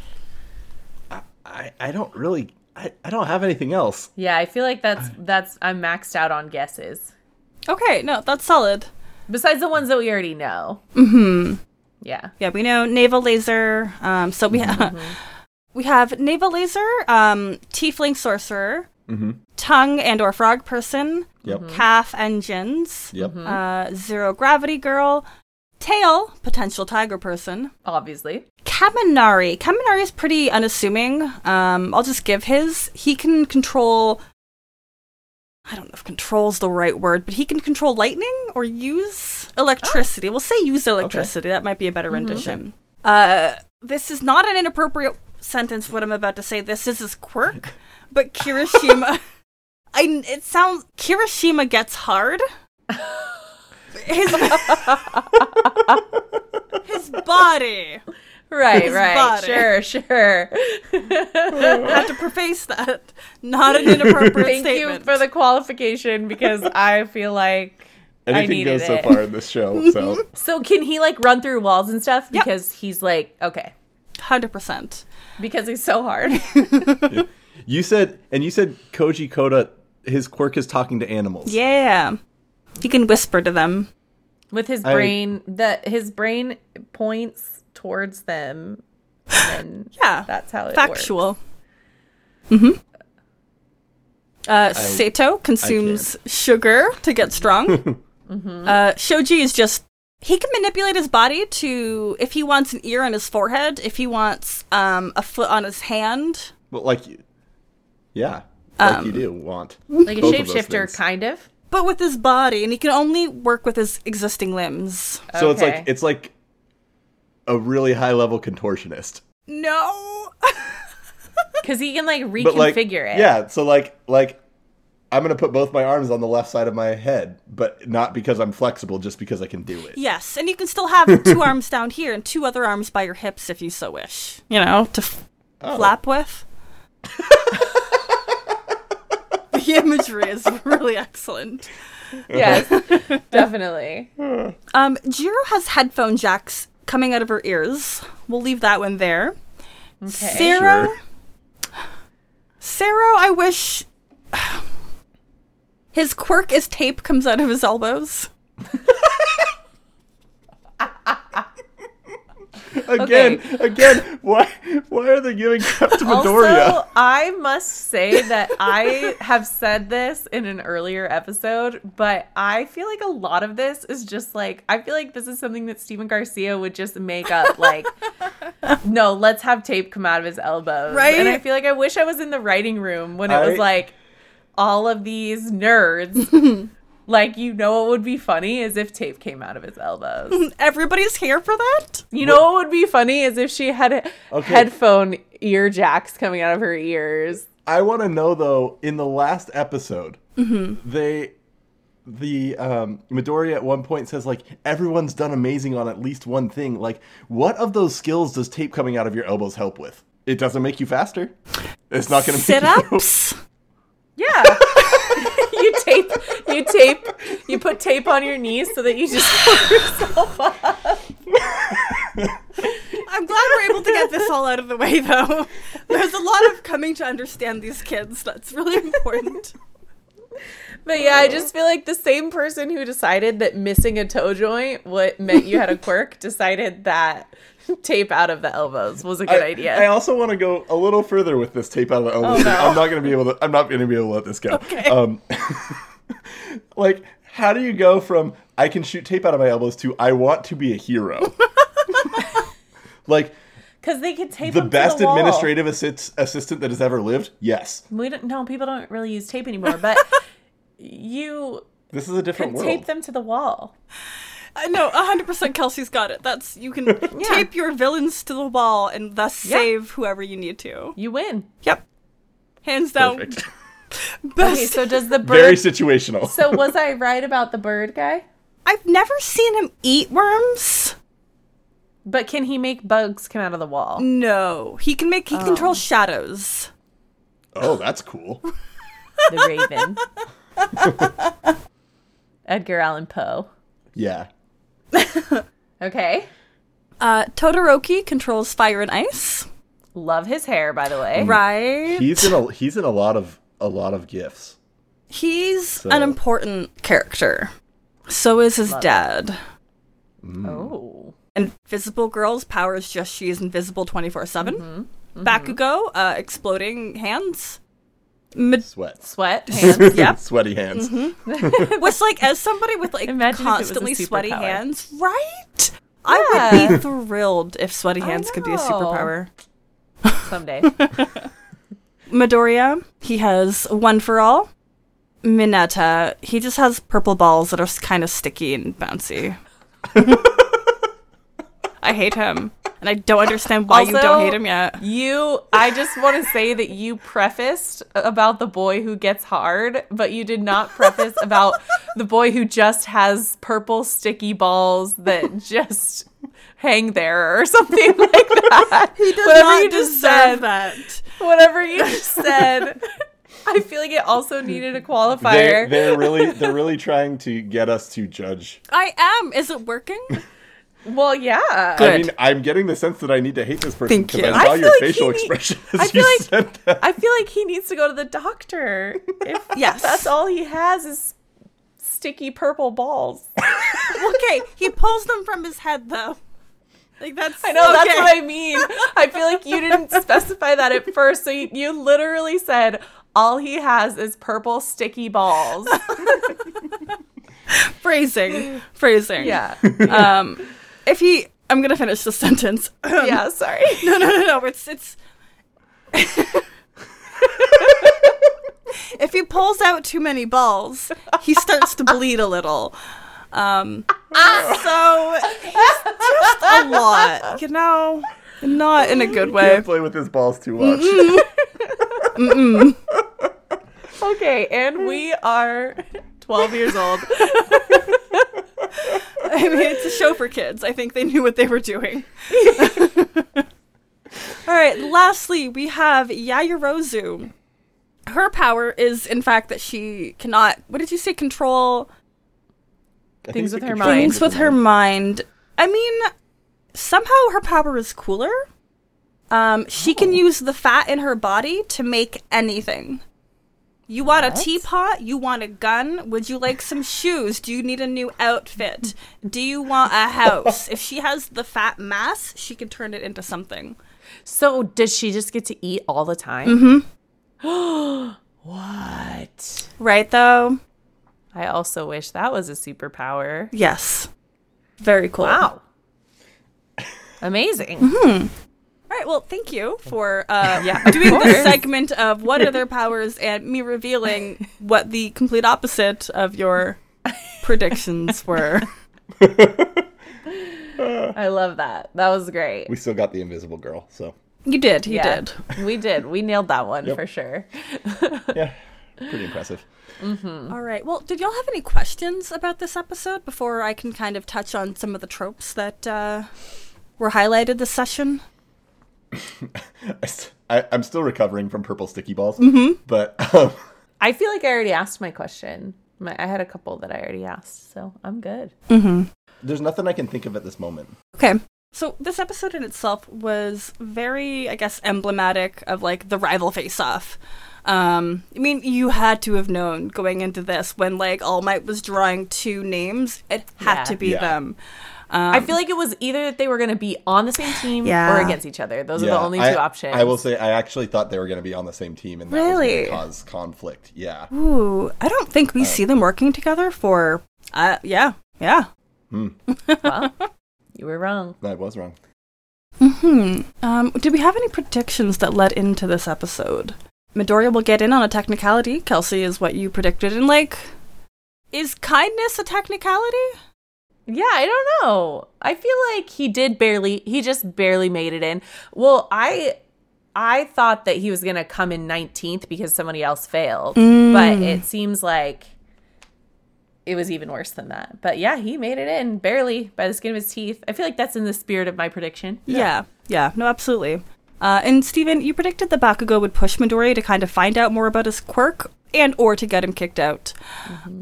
Speaker 3: I, I don't really. I, I don't have anything else.
Speaker 2: Yeah, I feel like that's that's I'm maxed out on guesses.
Speaker 1: Okay, no, that's solid.
Speaker 2: Besides the ones that we already know. Mm-hmm. Yeah.
Speaker 1: Yeah, we know naval laser. Um, so we we have naval laser, um, tiefling sorcerer, tongue and or frog person,
Speaker 3: Mm-hmm. Yep.
Speaker 1: calf engines,
Speaker 3: Yep.
Speaker 1: uh, zero gravity girl, tail potential tiger person,
Speaker 2: Obviously.
Speaker 1: Kaminari. Kaminari is pretty unassuming. Um, I'll just give his. He can control. I don't know if "control's" the right word, but he can control lightning or use electricity. We'll say use electricity. That might be a better rendition. Uh, this is not an inappropriate sentence. What I'm about to say. This is his quirk, but Kirishima. I. It sounds Kirishima gets hard. His, his body.
Speaker 2: Right,
Speaker 1: His
Speaker 2: right.
Speaker 1: body.
Speaker 2: Sure, sure.
Speaker 1: had to preface that. Not an inappropriate
Speaker 2: Thank
Speaker 1: statement.
Speaker 2: you for the qualification because I feel like I
Speaker 3: Anything
Speaker 2: needed
Speaker 3: goes so
Speaker 2: it.
Speaker 3: far in this show. So
Speaker 2: So can he like run through walls and stuff?
Speaker 1: Yep.
Speaker 2: Because he's like okay,
Speaker 1: hundred percent.
Speaker 2: because he's so hard.
Speaker 3: you said, and you said Koji Koda, his quirk is talking to animals.
Speaker 1: Yeah, he can whisper to them.
Speaker 2: With his
Speaker 3: I-
Speaker 2: brain, the his brain points towards them. And
Speaker 1: Yeah,
Speaker 2: that's how it works.
Speaker 1: factual. Mm-hmm. Uh, Sato consumes sugar to get strong.
Speaker 2: Mm-hmm.
Speaker 1: uh, Shoji is just. He can manipulate his body to if he wants an ear on his forehead, if he wants um, a foot on his hand.
Speaker 3: Well, like you. Yeah. Like you do want.
Speaker 2: Like a
Speaker 3: both of those
Speaker 2: shapeshifter,
Speaker 3: things.
Speaker 2: kind of.
Speaker 1: But with his body, and he can only work with his existing limbs.
Speaker 3: So it's
Speaker 2: Okay.
Speaker 3: like it's like a really high level contortionist.
Speaker 1: No!
Speaker 2: Because he can like reconfigure
Speaker 3: But like
Speaker 2: it.
Speaker 3: Yeah, so like like I'm gonna put both my arms on the left side of my head, but not because I'm flexible, just because I can do it.
Speaker 1: Yes, and you can still have two arms down here and two other arms by your hips if you so wish. You know, to f-
Speaker 3: Oh.
Speaker 1: flap with. the imagery is really excellent.
Speaker 2: Yes. definitely.
Speaker 1: Um, Jiro has headphone jacks coming out of her ears. We'll leave that one there. Sarah,
Speaker 3: Sure.
Speaker 1: Sarah, I wish his quirk is tape comes out of his elbows.
Speaker 3: Again, again, why why are they giving crap to Midoriya?
Speaker 2: Also, I must say that I have said this in an earlier episode, but I feel like a lot of this is just like I feel like this is something that Steven Garcia would just make up like no, let's have tape come out of his elbows.
Speaker 1: Right?
Speaker 2: And I feel like I wish I was in the writing room when it was
Speaker 3: I-
Speaker 2: like all of these nerds like you know what would be funny is if tape came out of his elbows.
Speaker 1: Everybody's here for that.
Speaker 2: You know what would be funny is if she had
Speaker 3: Okay.
Speaker 2: headphone ear jacks coming out of her ears.
Speaker 3: I want to know though. In the last episode,
Speaker 2: Mm-hmm.
Speaker 3: they, the um, Midoriya at one point says like everyone's done amazing on at least one thing. Like, what of those skills does tape coming out of your elbows help with? It doesn't make you faster. It's not going to
Speaker 1: Sit
Speaker 3: make you-
Speaker 1: ups.
Speaker 2: Yeah. you tape you tape you put tape on your knees so that you just pull yourself up.
Speaker 1: I'm glad we're able to get this all out of the way, though. There's a lot of coming to understand these kids. That's really important.
Speaker 2: But yeah, I just feel like the same person who decided that missing a toe joint what meant you had a quirk decided that tape out of the elbows was a good
Speaker 3: I,
Speaker 2: idea. Oh,
Speaker 3: I also want to go a little further with this tape out of the elbow.
Speaker 2: no.
Speaker 3: I'm not gonna be able to. I'm not gonna be able to let this go.
Speaker 2: Okay.
Speaker 3: Um, like, how do you go from I can shoot tape out of my elbows to I want to be a hero? like
Speaker 2: Because they could tape
Speaker 3: the
Speaker 2: them to
Speaker 3: best
Speaker 2: wall.
Speaker 3: administrative assist- assistant that has ever lived. Yes,
Speaker 2: We don't. No, people don't really use tape anymore. But you
Speaker 3: this is a different
Speaker 2: could
Speaker 3: world.
Speaker 2: tape them to the wall.
Speaker 1: I know, 100% Kelsey's got it. That's you can tape your villains to the wall and thus
Speaker 2: Yeah.
Speaker 1: save whoever you need to.
Speaker 2: You win.
Speaker 1: Yep. Hands down.
Speaker 3: Perfect.
Speaker 1: Best.
Speaker 2: Okay, so does the bird?
Speaker 3: Very situational.
Speaker 2: so was I right about the bird guy?
Speaker 1: I've never seen him eat worms.
Speaker 2: But can he make bugs come out of the wall?
Speaker 1: No. He can make he controls shadows.
Speaker 3: oh, that's cool.
Speaker 2: The raven. Edgar Allan Poe.
Speaker 3: Yeah.
Speaker 2: Okay.
Speaker 1: Uh Todoroki controls fire and ice.
Speaker 2: Love his hair, by the
Speaker 1: Mm.
Speaker 2: way.
Speaker 1: Right.
Speaker 3: He's in a he's in a lot of a lot of gifts.
Speaker 1: He's an important character. So is his dad. Mm.
Speaker 2: Oh.
Speaker 1: Invisible Girl's power is just she is invisible 24
Speaker 2: Mm-hmm.
Speaker 1: 7. Bakugo, uh, exploding hands. Mid-
Speaker 3: Sweat.
Speaker 2: Sweat, hands.
Speaker 1: Yep.
Speaker 3: Sweaty
Speaker 2: Mm-hmm.
Speaker 3: hands.
Speaker 1: was like, as somebody with like
Speaker 2: Imagine if it was a
Speaker 1: constantly sweaty
Speaker 2: superpower.
Speaker 1: hands, right? I would be thrilled if sweaty
Speaker 2: I
Speaker 1: hands could be a
Speaker 2: know.
Speaker 1: superpower.
Speaker 2: Someday.
Speaker 1: Midoriya, he has one for all. Mineta, he just has purple balls that are kind of sticky and bouncy. I hate him. And I don't understand why you don't
Speaker 2: Also-
Speaker 1: hate him yet.
Speaker 2: You, I just want to say that you prefaced about the boy who gets hard, but you did not preface about the boy who just has purple sticky balls that just hang there or something like that. He does
Speaker 1: Not deserve that.
Speaker 2: Whatever you just said. I feel like it also needed a
Speaker 3: They're,
Speaker 2: qualifier.
Speaker 3: they're really they're really trying to get us to judge.
Speaker 1: I am. Is it working?
Speaker 2: well, yeah.
Speaker 1: Good.
Speaker 3: I mean, I'm getting the sense that I need to hate this person
Speaker 1: Thank
Speaker 3: because
Speaker 1: you.
Speaker 3: I saw
Speaker 2: I feel
Speaker 3: your
Speaker 2: like he
Speaker 3: facial
Speaker 2: need-
Speaker 3: expression as
Speaker 2: I feel
Speaker 3: you
Speaker 2: like-
Speaker 3: said that.
Speaker 2: I feel like he needs to go to the doctor. If
Speaker 1: Yes.
Speaker 2: that's all he has is sticky purple balls.
Speaker 1: okay, he pulls them from his head though. Like that's
Speaker 2: I know that's
Speaker 1: okay.
Speaker 2: what I mean. I feel like you didn't specify that at first, so you, you literally said all he has is purple sticky balls.
Speaker 1: phrasing. Phrasing.
Speaker 2: Yeah,
Speaker 1: Um if he I'm gonna finish the sentence. no
Speaker 2: yeah. Sorry.
Speaker 1: no no no it's it's If he pulls out too many balls, he starts to bleed a little. Um so it's just a lot, you know? Not in a good way.
Speaker 3: Can't play with his balls too much.
Speaker 2: Mm-hmm. Okay, and we are twelve years old.
Speaker 1: I mean, it's a show for kids. I think they knew what they were doing. All right, lastly, we have Yayorozu. Her power is, in fact, that she cannot, what did you say, control
Speaker 3: I think
Speaker 2: Things
Speaker 3: it's
Speaker 2: with
Speaker 3: a
Speaker 2: her
Speaker 3: control
Speaker 2: mind.
Speaker 1: things with her
Speaker 3: mind.
Speaker 1: mind. I mean, somehow her power is cooler. Um, she can use the fat in her body to make anything. You want a teapot? You want a gun? Would you like some shoes? Do you need a new outfit? Do you want a house? if she has the fat mass, she can turn it into something.
Speaker 2: So, does she just get to eat all the time? Mm-hmm.
Speaker 3: Mm-hmm.
Speaker 2: what?
Speaker 1: Right, though?
Speaker 2: I also wish that was a superpower.
Speaker 1: Yes. Very cool.
Speaker 2: Wow. Amazing.
Speaker 1: All right. Well, thank you for uh,
Speaker 2: Yeah, of
Speaker 1: doing
Speaker 2: course.
Speaker 1: this segment of what are their powers and me revealing what the complete opposite of your predictions were.
Speaker 2: I love that. That was great.
Speaker 3: We still got the invisible girl, so
Speaker 1: You did. You
Speaker 2: Yeah,
Speaker 1: did.
Speaker 2: We did. We nailed that one for sure.
Speaker 3: yeah, pretty impressive.
Speaker 1: All right. Well, did y'all have any questions about this episode before I can kind of touch on some of the tropes that uh, were highlighted this session?
Speaker 3: I s- I, am still recovering from purple sticky balls,
Speaker 2: Mm-hmm.
Speaker 3: but um,
Speaker 2: I feel like I already asked my question. My, I had a couple that I already asked, so I'm good.
Speaker 3: there's nothing I can think of at this moment.
Speaker 1: Okay. So this episode in itself was very, I guess, emblematic of like the rival face-off. Um, I mean, you had to have known going into this when like All Might was drawing two names, it had
Speaker 2: Yeah.
Speaker 1: to be
Speaker 3: Yeah.
Speaker 1: them.
Speaker 2: I feel like it was either that they were going to be on the same team
Speaker 1: Um, Yeah.
Speaker 2: or against each other. Those are the only two
Speaker 3: I,
Speaker 2: options.
Speaker 3: I will say I actually thought they were going to be on the same team and that was going
Speaker 1: Really?
Speaker 3: to cause conflict. Yeah.
Speaker 1: Um, Ooh, I don't think we see them working together for. Uh, yeah, yeah.
Speaker 2: Well, you were wrong.
Speaker 3: No, Hmm. I was wrong.
Speaker 1: Hmm. Um, did we have any predictions that led into this episode? Midoriya will get in on a technicality. Kelsey is what you predicted, and like, is kindness a technicality?
Speaker 2: Yeah, I don't know. I feel like he did barely he just barely made it in. Well, I I thought that he was going to come in 19th because somebody else failed, but it seems like it was even worse than that. But yeah, he made it in barely by the skin of his teeth. I feel like that's in the spirit of my prediction.
Speaker 1: Yeah, yeah. no, absolutely. Uh, and Steven, you predicted that Bakugo would push Midoriya to kind of find out more about his quirk and or to get him kicked out.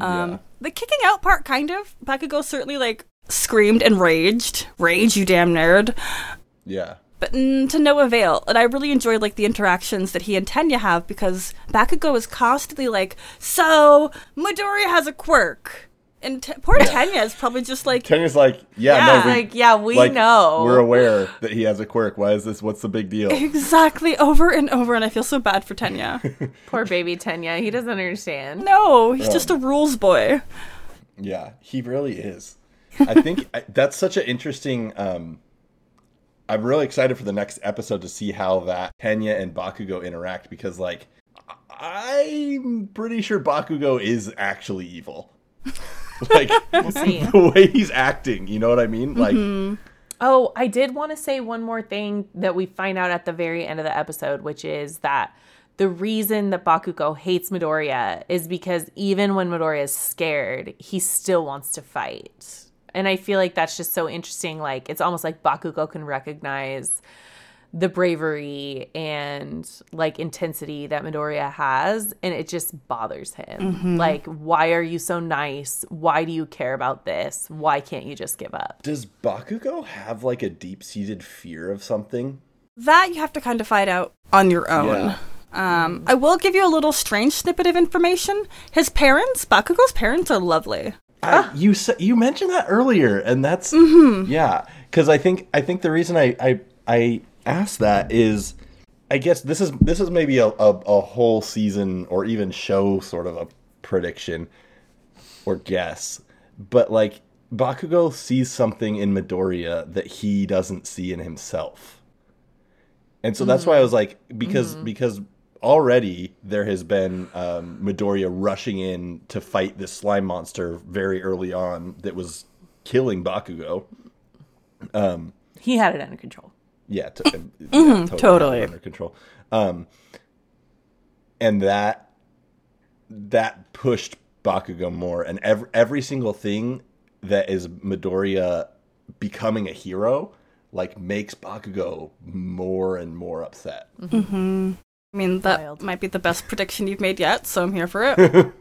Speaker 1: Um,
Speaker 3: Yeah.
Speaker 1: The kicking out part, kind of. Bakugo certainly like screamed and raged, rage, you damn nerd.
Speaker 3: Yeah.
Speaker 1: but mm, to no avail. And I really enjoyed like the interactions that he and Tenya have because Bakugo is constantly like, "So Midoriya has a quirk," and t- poor Tenya is probably just like,
Speaker 3: Tanya's like, yeah,
Speaker 1: Yeah,
Speaker 3: no, we,
Speaker 2: Like, yeah, we
Speaker 3: like,
Speaker 2: know.
Speaker 3: We're aware that he has a quirk. Why is this? What's the big deal?
Speaker 1: exactly over and over, and I feel so bad for Tenya.
Speaker 2: Poor baby Tenya. He doesn't understand.
Speaker 1: no, he's just a rules boy.
Speaker 3: Yeah, he really is. I think I, that's such an interesting. Um, I'm really excited for the next episode to see how that Tenya and Bakugo interact because, like, I- I'm pretty sure Bakugo is actually evil.
Speaker 2: see.
Speaker 3: like the way he's acting, you know what I mean? Like,
Speaker 2: Oh, I did want to say one more thing that we find out at the very end of the episode, which is that the reason that Bakugo hates Midoriya is because even when Midoriya is scared, he still wants to fight. And I feel like that's just so interesting. Like, it's almost like Bakugo can recognize the bravery and like intensity that Midoriya has, and it just bothers him. Like, why are you so nice? Why do you care about this? Why can't you just give up?
Speaker 3: does Bakugo have like a deep seated fear of something?
Speaker 1: That you have to kind of find out on your own.
Speaker 3: Yeah.
Speaker 1: Um, I will give you a little strange snippet of information. His parents, Bakugo's parents, are lovely.
Speaker 3: I, you sa- you mentioned that earlier, and that's yeah. Because I think I think the reason I I I asked that is, I guess this is this is maybe a, a, a whole season or even show sort of a prediction or guess, but like Bakugo sees something in Midoriya that he doesn't see in himself. And so that's why I was like, because because already there has been um, Midoriya rushing in to fight this slime monster very early on that was killing Bakugo.
Speaker 2: He had it under control.
Speaker 3: Yeah, to, yeah, totally,
Speaker 1: totally.
Speaker 3: under control. Um, and that that pushed Bakugo more, and every every single thing that is Midoriya becoming a hero like makes Bakugo more and more upset.
Speaker 1: I mean, that
Speaker 2: Wild.
Speaker 1: might be the best prediction you've made yet, so I'm here for it.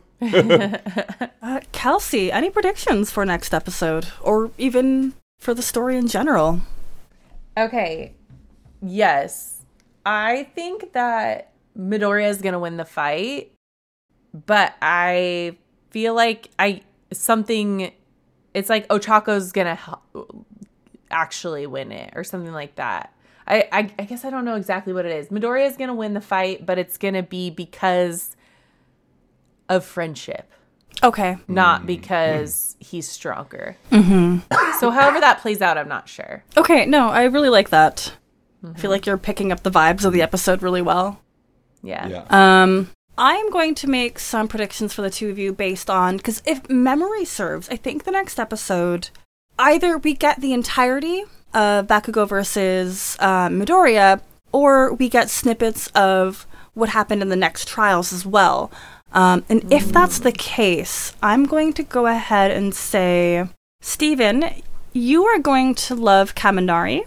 Speaker 1: uh, Kelsey, any predictions for next episode or even for the story in general?
Speaker 2: Okay. Yes. I think that Midoriya is going to win the fight, but I feel like I something it's like Ochako's going to actually win it or something like that. I, I I guess I don't know exactly what it is. Midoriya is going to win the fight, but it's going to be because of friendship.
Speaker 1: Okay.
Speaker 2: not because he's stronger. so, however that plays out, I'm not sure.
Speaker 1: Okay, no, I really like that. I feel like you're picking up the vibes of the episode really well.
Speaker 2: Yeah.
Speaker 3: Yeah.
Speaker 1: Um, I am going to make some predictions for the two of you based on because if memory serves, I think the next episode either we get the entirety of Bakugo versus uh, Midoriya, or we get snippets of what happened in the next trials as well. Um, and if that's the case, I'm going to go ahead and say, Steven, you are going to love Kaminari.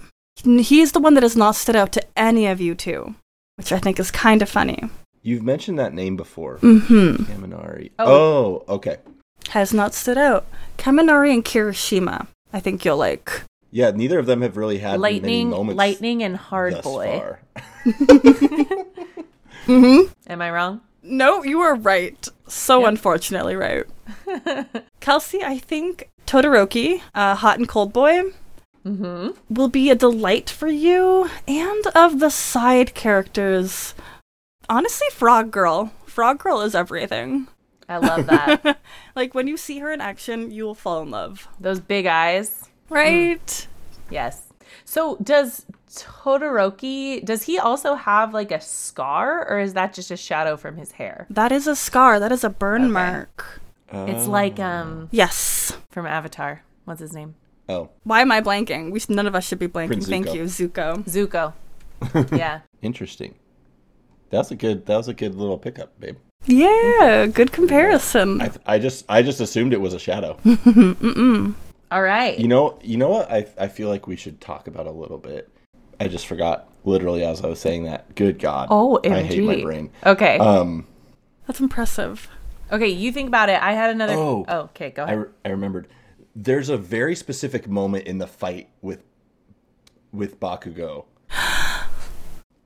Speaker 1: He's the one that has not stood out to any of you two, which I think is kind of funny.
Speaker 3: You've mentioned that name before.
Speaker 1: Mm-hmm.
Speaker 3: Kaminari.
Speaker 2: Mm. Oh.
Speaker 3: Oh. okay.
Speaker 1: Has not stood out. Kaminari and Kirishima, I think you'll like.
Speaker 3: Yeah, neither of them have really had many
Speaker 2: Lightning,
Speaker 3: moments
Speaker 2: lightning, and hard
Speaker 3: thus
Speaker 2: boy.
Speaker 3: far.
Speaker 2: Am I wrong?
Speaker 1: No, you are right. So unfortunately right. Kelsey, I think Todoroki, uh, Hot and Cold Boy,
Speaker 2: Mm-hmm.
Speaker 1: will be a delight for you and of the side characters. Honestly, Frog Girl. Frog Girl is everything.
Speaker 2: I love that.
Speaker 1: Like when you see her in action, you will fall in love.
Speaker 2: Those big eyes.
Speaker 1: Hmm. Right?
Speaker 2: Yes. So does Todoroki? Does he also have like a scar, or is that just a shadow from his hair?
Speaker 1: That is a scar. That is a burn mark.
Speaker 2: It's like um
Speaker 1: Yes.
Speaker 2: from Avatar. What's his name?
Speaker 3: Oh,
Speaker 1: Why am I blanking? We sh- none of us should be blanking.
Speaker 3: Prince
Speaker 1: Thank
Speaker 3: Zuko.
Speaker 1: you, Zuko.
Speaker 2: Zuko. yeah.
Speaker 3: interesting. That's a good. That was a good little pickup, babe.
Speaker 1: Yeah, good comparison.
Speaker 3: I, I just I just assumed it was a shadow.
Speaker 2: All right.
Speaker 3: You know, you know what? I I feel like we should talk about a little bit. I just forgot. Literally, as I was saying that. Good God.
Speaker 2: oh,
Speaker 3: I hate my
Speaker 2: MG.
Speaker 3: brain.
Speaker 2: Okay.
Speaker 3: Um,
Speaker 1: That's impressive.
Speaker 2: okay. You think about it. I had another.
Speaker 3: Oh.
Speaker 2: okay. Go
Speaker 3: I
Speaker 2: ahead.
Speaker 3: re- I remembered. There's a very specific moment in the fight with with Bakugo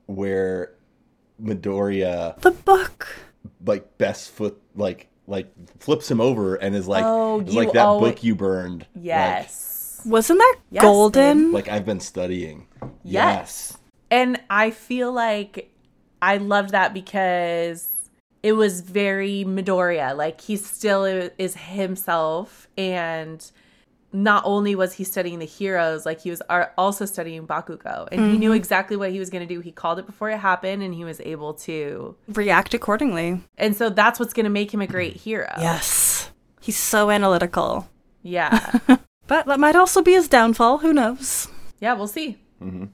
Speaker 3: where Midoriya
Speaker 1: The book.
Speaker 3: like best foot like like flips him over and is like
Speaker 2: Oh,
Speaker 3: is
Speaker 2: you
Speaker 3: like that
Speaker 2: always-
Speaker 3: book you burned. Like-
Speaker 2: yes.
Speaker 1: Wasn't that
Speaker 2: Yes,
Speaker 1: golden?
Speaker 3: Like, I've been studying.
Speaker 2: Yes. And I feel like I loved that because it was very Midoriya. Like he still i- is himself and not only was he studying the heroes, like he was ar- also studying Bakugo and he knew exactly what he was going to do. He called it before it happened and he was able to.
Speaker 1: React accordingly.
Speaker 2: And so that's what's going to make him a great hero.
Speaker 1: Yes. He's so analytical.
Speaker 2: Yeah.
Speaker 1: But that might also be his downfall. Who knows?
Speaker 2: Yeah, we'll see.
Speaker 3: Mm-hmm.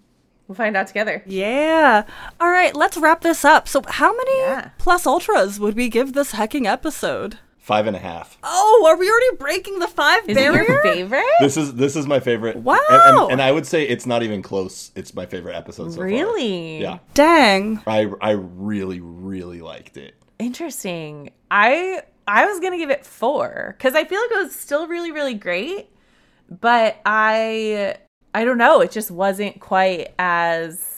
Speaker 2: We'll find out together.
Speaker 1: Yeah. All right, let's wrap this up. So, how many
Speaker 2: Yeah.
Speaker 1: plus ultras would we give this hecking episode?
Speaker 3: Five and a half.
Speaker 1: Oh, are we already breaking the five
Speaker 2: Is
Speaker 1: barrier?
Speaker 2: it your favorite?
Speaker 3: This is this is my favorite.
Speaker 1: Wow.
Speaker 3: And, and, and I would say it's not even close. It's my favorite episode so far.
Speaker 2: Really?
Speaker 3: Yeah.
Speaker 1: Dang.
Speaker 3: I I really really liked it.
Speaker 2: Interesting. I I was gonna give it four because I feel like it was still really really great, but I I don't know. It just wasn't quite as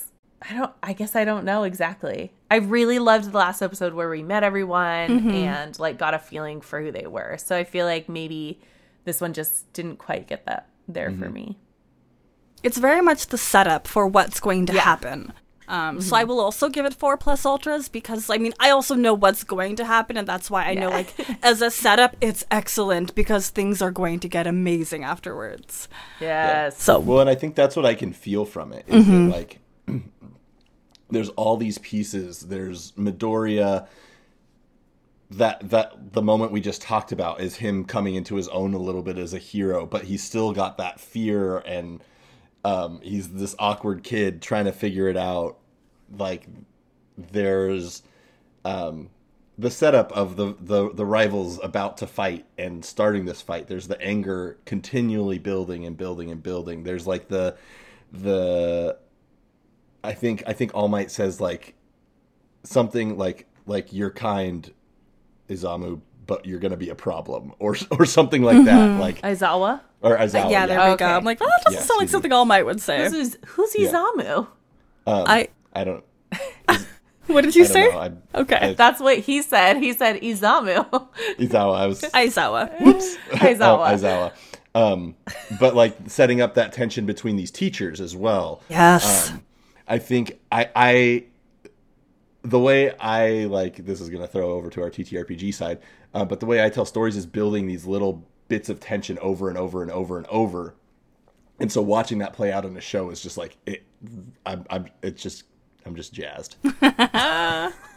Speaker 2: I don't. I guess I don't know exactly. I really loved the last episode where we met everyone and like got a feeling for who they were. So I feel like maybe this one just didn't quite get that there for me.
Speaker 1: It's very much the setup for what's going to happen. Um, So I
Speaker 2: Mm-hmm.
Speaker 1: will also give it four plus ultras because I mean I also know what's going to happen and that's why I know like as a setup it's excellent because things are going to get amazing afterwards.
Speaker 2: Yes.
Speaker 1: So
Speaker 3: Well, and I think that's what I can feel from it. Is that, like there's all these pieces. There's Midoriya. That that the moment we just talked about is him coming into his own a little bit as a hero, but he's still got that fear and um, he's this awkward kid trying to figure it out. Like there's um, the setup of the, the the rivals about to fight and starting this fight. There's the anger continually building and building and building. There's like the the I think I think All Might says like something like like you're kind, Izamu, but you're gonna be a problem or or something like that. Like
Speaker 2: Izawa.
Speaker 3: or Aizawa,
Speaker 1: Mm-hmm. yeah, there
Speaker 3: yeah.
Speaker 1: we
Speaker 2: Okay.
Speaker 1: go. I'm like, well, that doesn't
Speaker 3: Yeah,
Speaker 1: sound like
Speaker 3: excuse me.
Speaker 1: something All Might would say.
Speaker 2: This is who's
Speaker 3: Yeah.
Speaker 2: Izamu?
Speaker 1: I
Speaker 3: I don't.
Speaker 1: what did you
Speaker 3: Um, I
Speaker 1: say?
Speaker 3: don't know. I,
Speaker 1: okay,
Speaker 2: That's what he said. He said Izamu.
Speaker 3: Izawa, I was
Speaker 1: Aizawa.
Speaker 3: Oh,
Speaker 2: Aizawa.
Speaker 3: Aizawa. Um, but like setting up that tension between these teachers as well. Um,
Speaker 1: Yes.
Speaker 3: I think I I the way I like this is gonna throw over to our TTRPG side, uh, but the way I tell stories is building these little bits of tension over and over and over and over, and so watching that play out in a show is just like it. I'm I'm it's just I'm just jazzed.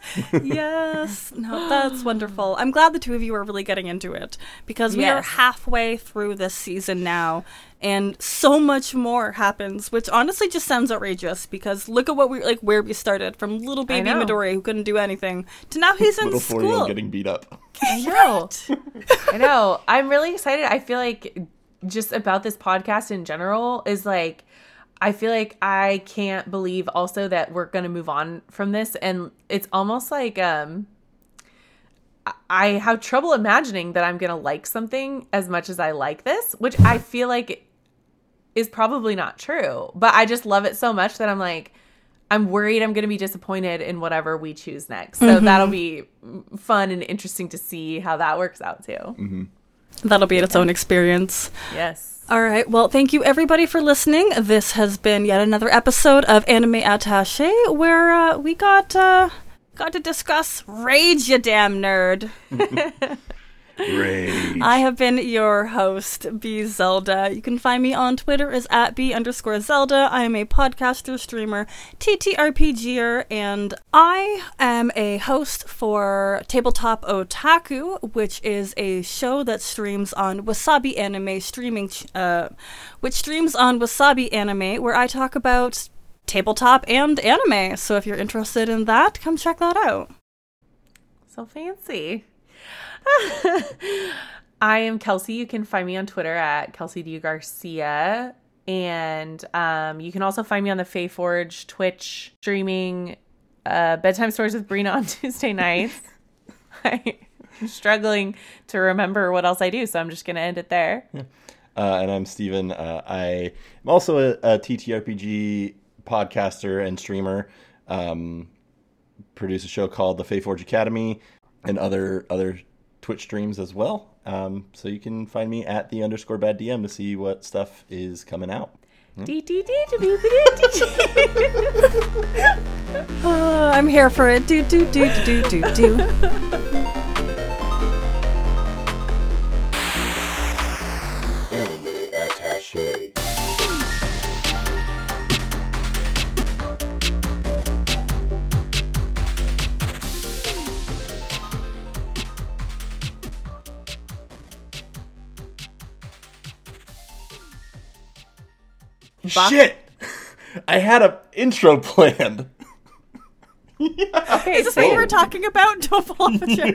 Speaker 1: yes. No, that's wonderful. I'm glad the two of you are really getting into it because we are
Speaker 2: Yes.
Speaker 1: halfway through this season now and so much more happens, which honestly just sounds outrageous because look at what we like where we started from little baby
Speaker 2: know.
Speaker 1: Midori who couldn't do anything to now he's in
Speaker 3: Little four year
Speaker 1: school.
Speaker 3: old getting beat up.
Speaker 2: I know. I know. I'm really excited. I feel like just about this podcast in general is like I feel like I can't believe also that we're going to move on from this and it's almost like um I- I have trouble imagining that I'm going to like something as much as I like this, which I feel like is probably not true. But I just love it so much that I'm like, I'm worried I'm going to be disappointed in whatever we choose next. So that'll be fun and interesting to see how that works out too.
Speaker 1: That'll be its own experience.
Speaker 2: Yes.
Speaker 1: All right. Well, thank you everybody for listening. This has been yet another episode of Anime Attaché, where uh, we got uh, got to discuss Rage, you damn nerd.
Speaker 3: Rage.
Speaker 1: I have been your host, B Zelda. You can find me on Twitter as at B underscore Zelda. I am a podcaster, streamer, TTRPGer, and I am a host for Tabletop Otaku, which is a show that streams on Wasabi Anime streaming, ch- uh, which streams on Wasabi Anime, where I talk about tabletop and anime. So if you're interested in that, come check that out.
Speaker 2: So fancy. I am Kelsey. You can find me on Twitter at Kelsey D Garcia. And um, you can also find me on the Fae Forge Twitch streaming uh, bedtime stories with Brina on Tuesday nights. I'm struggling to remember what else I do, so I'm just going to end it there.
Speaker 3: Uh, and I'm Steven. Uh, I am also a, a TTRPG podcaster and streamer. Um, produce a show called The Fae Forge Academy and other other Twitch streams as well. Um, so you can find me at the underscore bad DM to see what stuff is coming out.
Speaker 2: Dee, dee, dee, dee, dee, dee, dee, dee.
Speaker 1: Uh, I'm here for it. Do, do, do, do, do, do, do.
Speaker 3: Shit! I had a intro planned.
Speaker 2: Okay,
Speaker 1: Is this what
Speaker 2: so-
Speaker 1: we're talking about? Don't fall off a chair.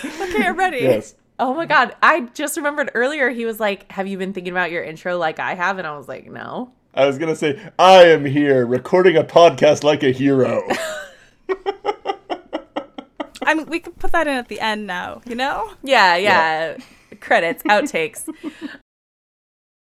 Speaker 1: okay, I'm ready.
Speaker 3: Yes.
Speaker 2: Oh my god, I just remembered earlier he was like, "Have you been thinking about your intro like I have?" And I was like, "No."
Speaker 3: I was gonna say I am here recording a podcast like a hero.
Speaker 1: I mean, we could put that in at the end now, you know?
Speaker 2: Yeah, yeah. Credits, outtakes.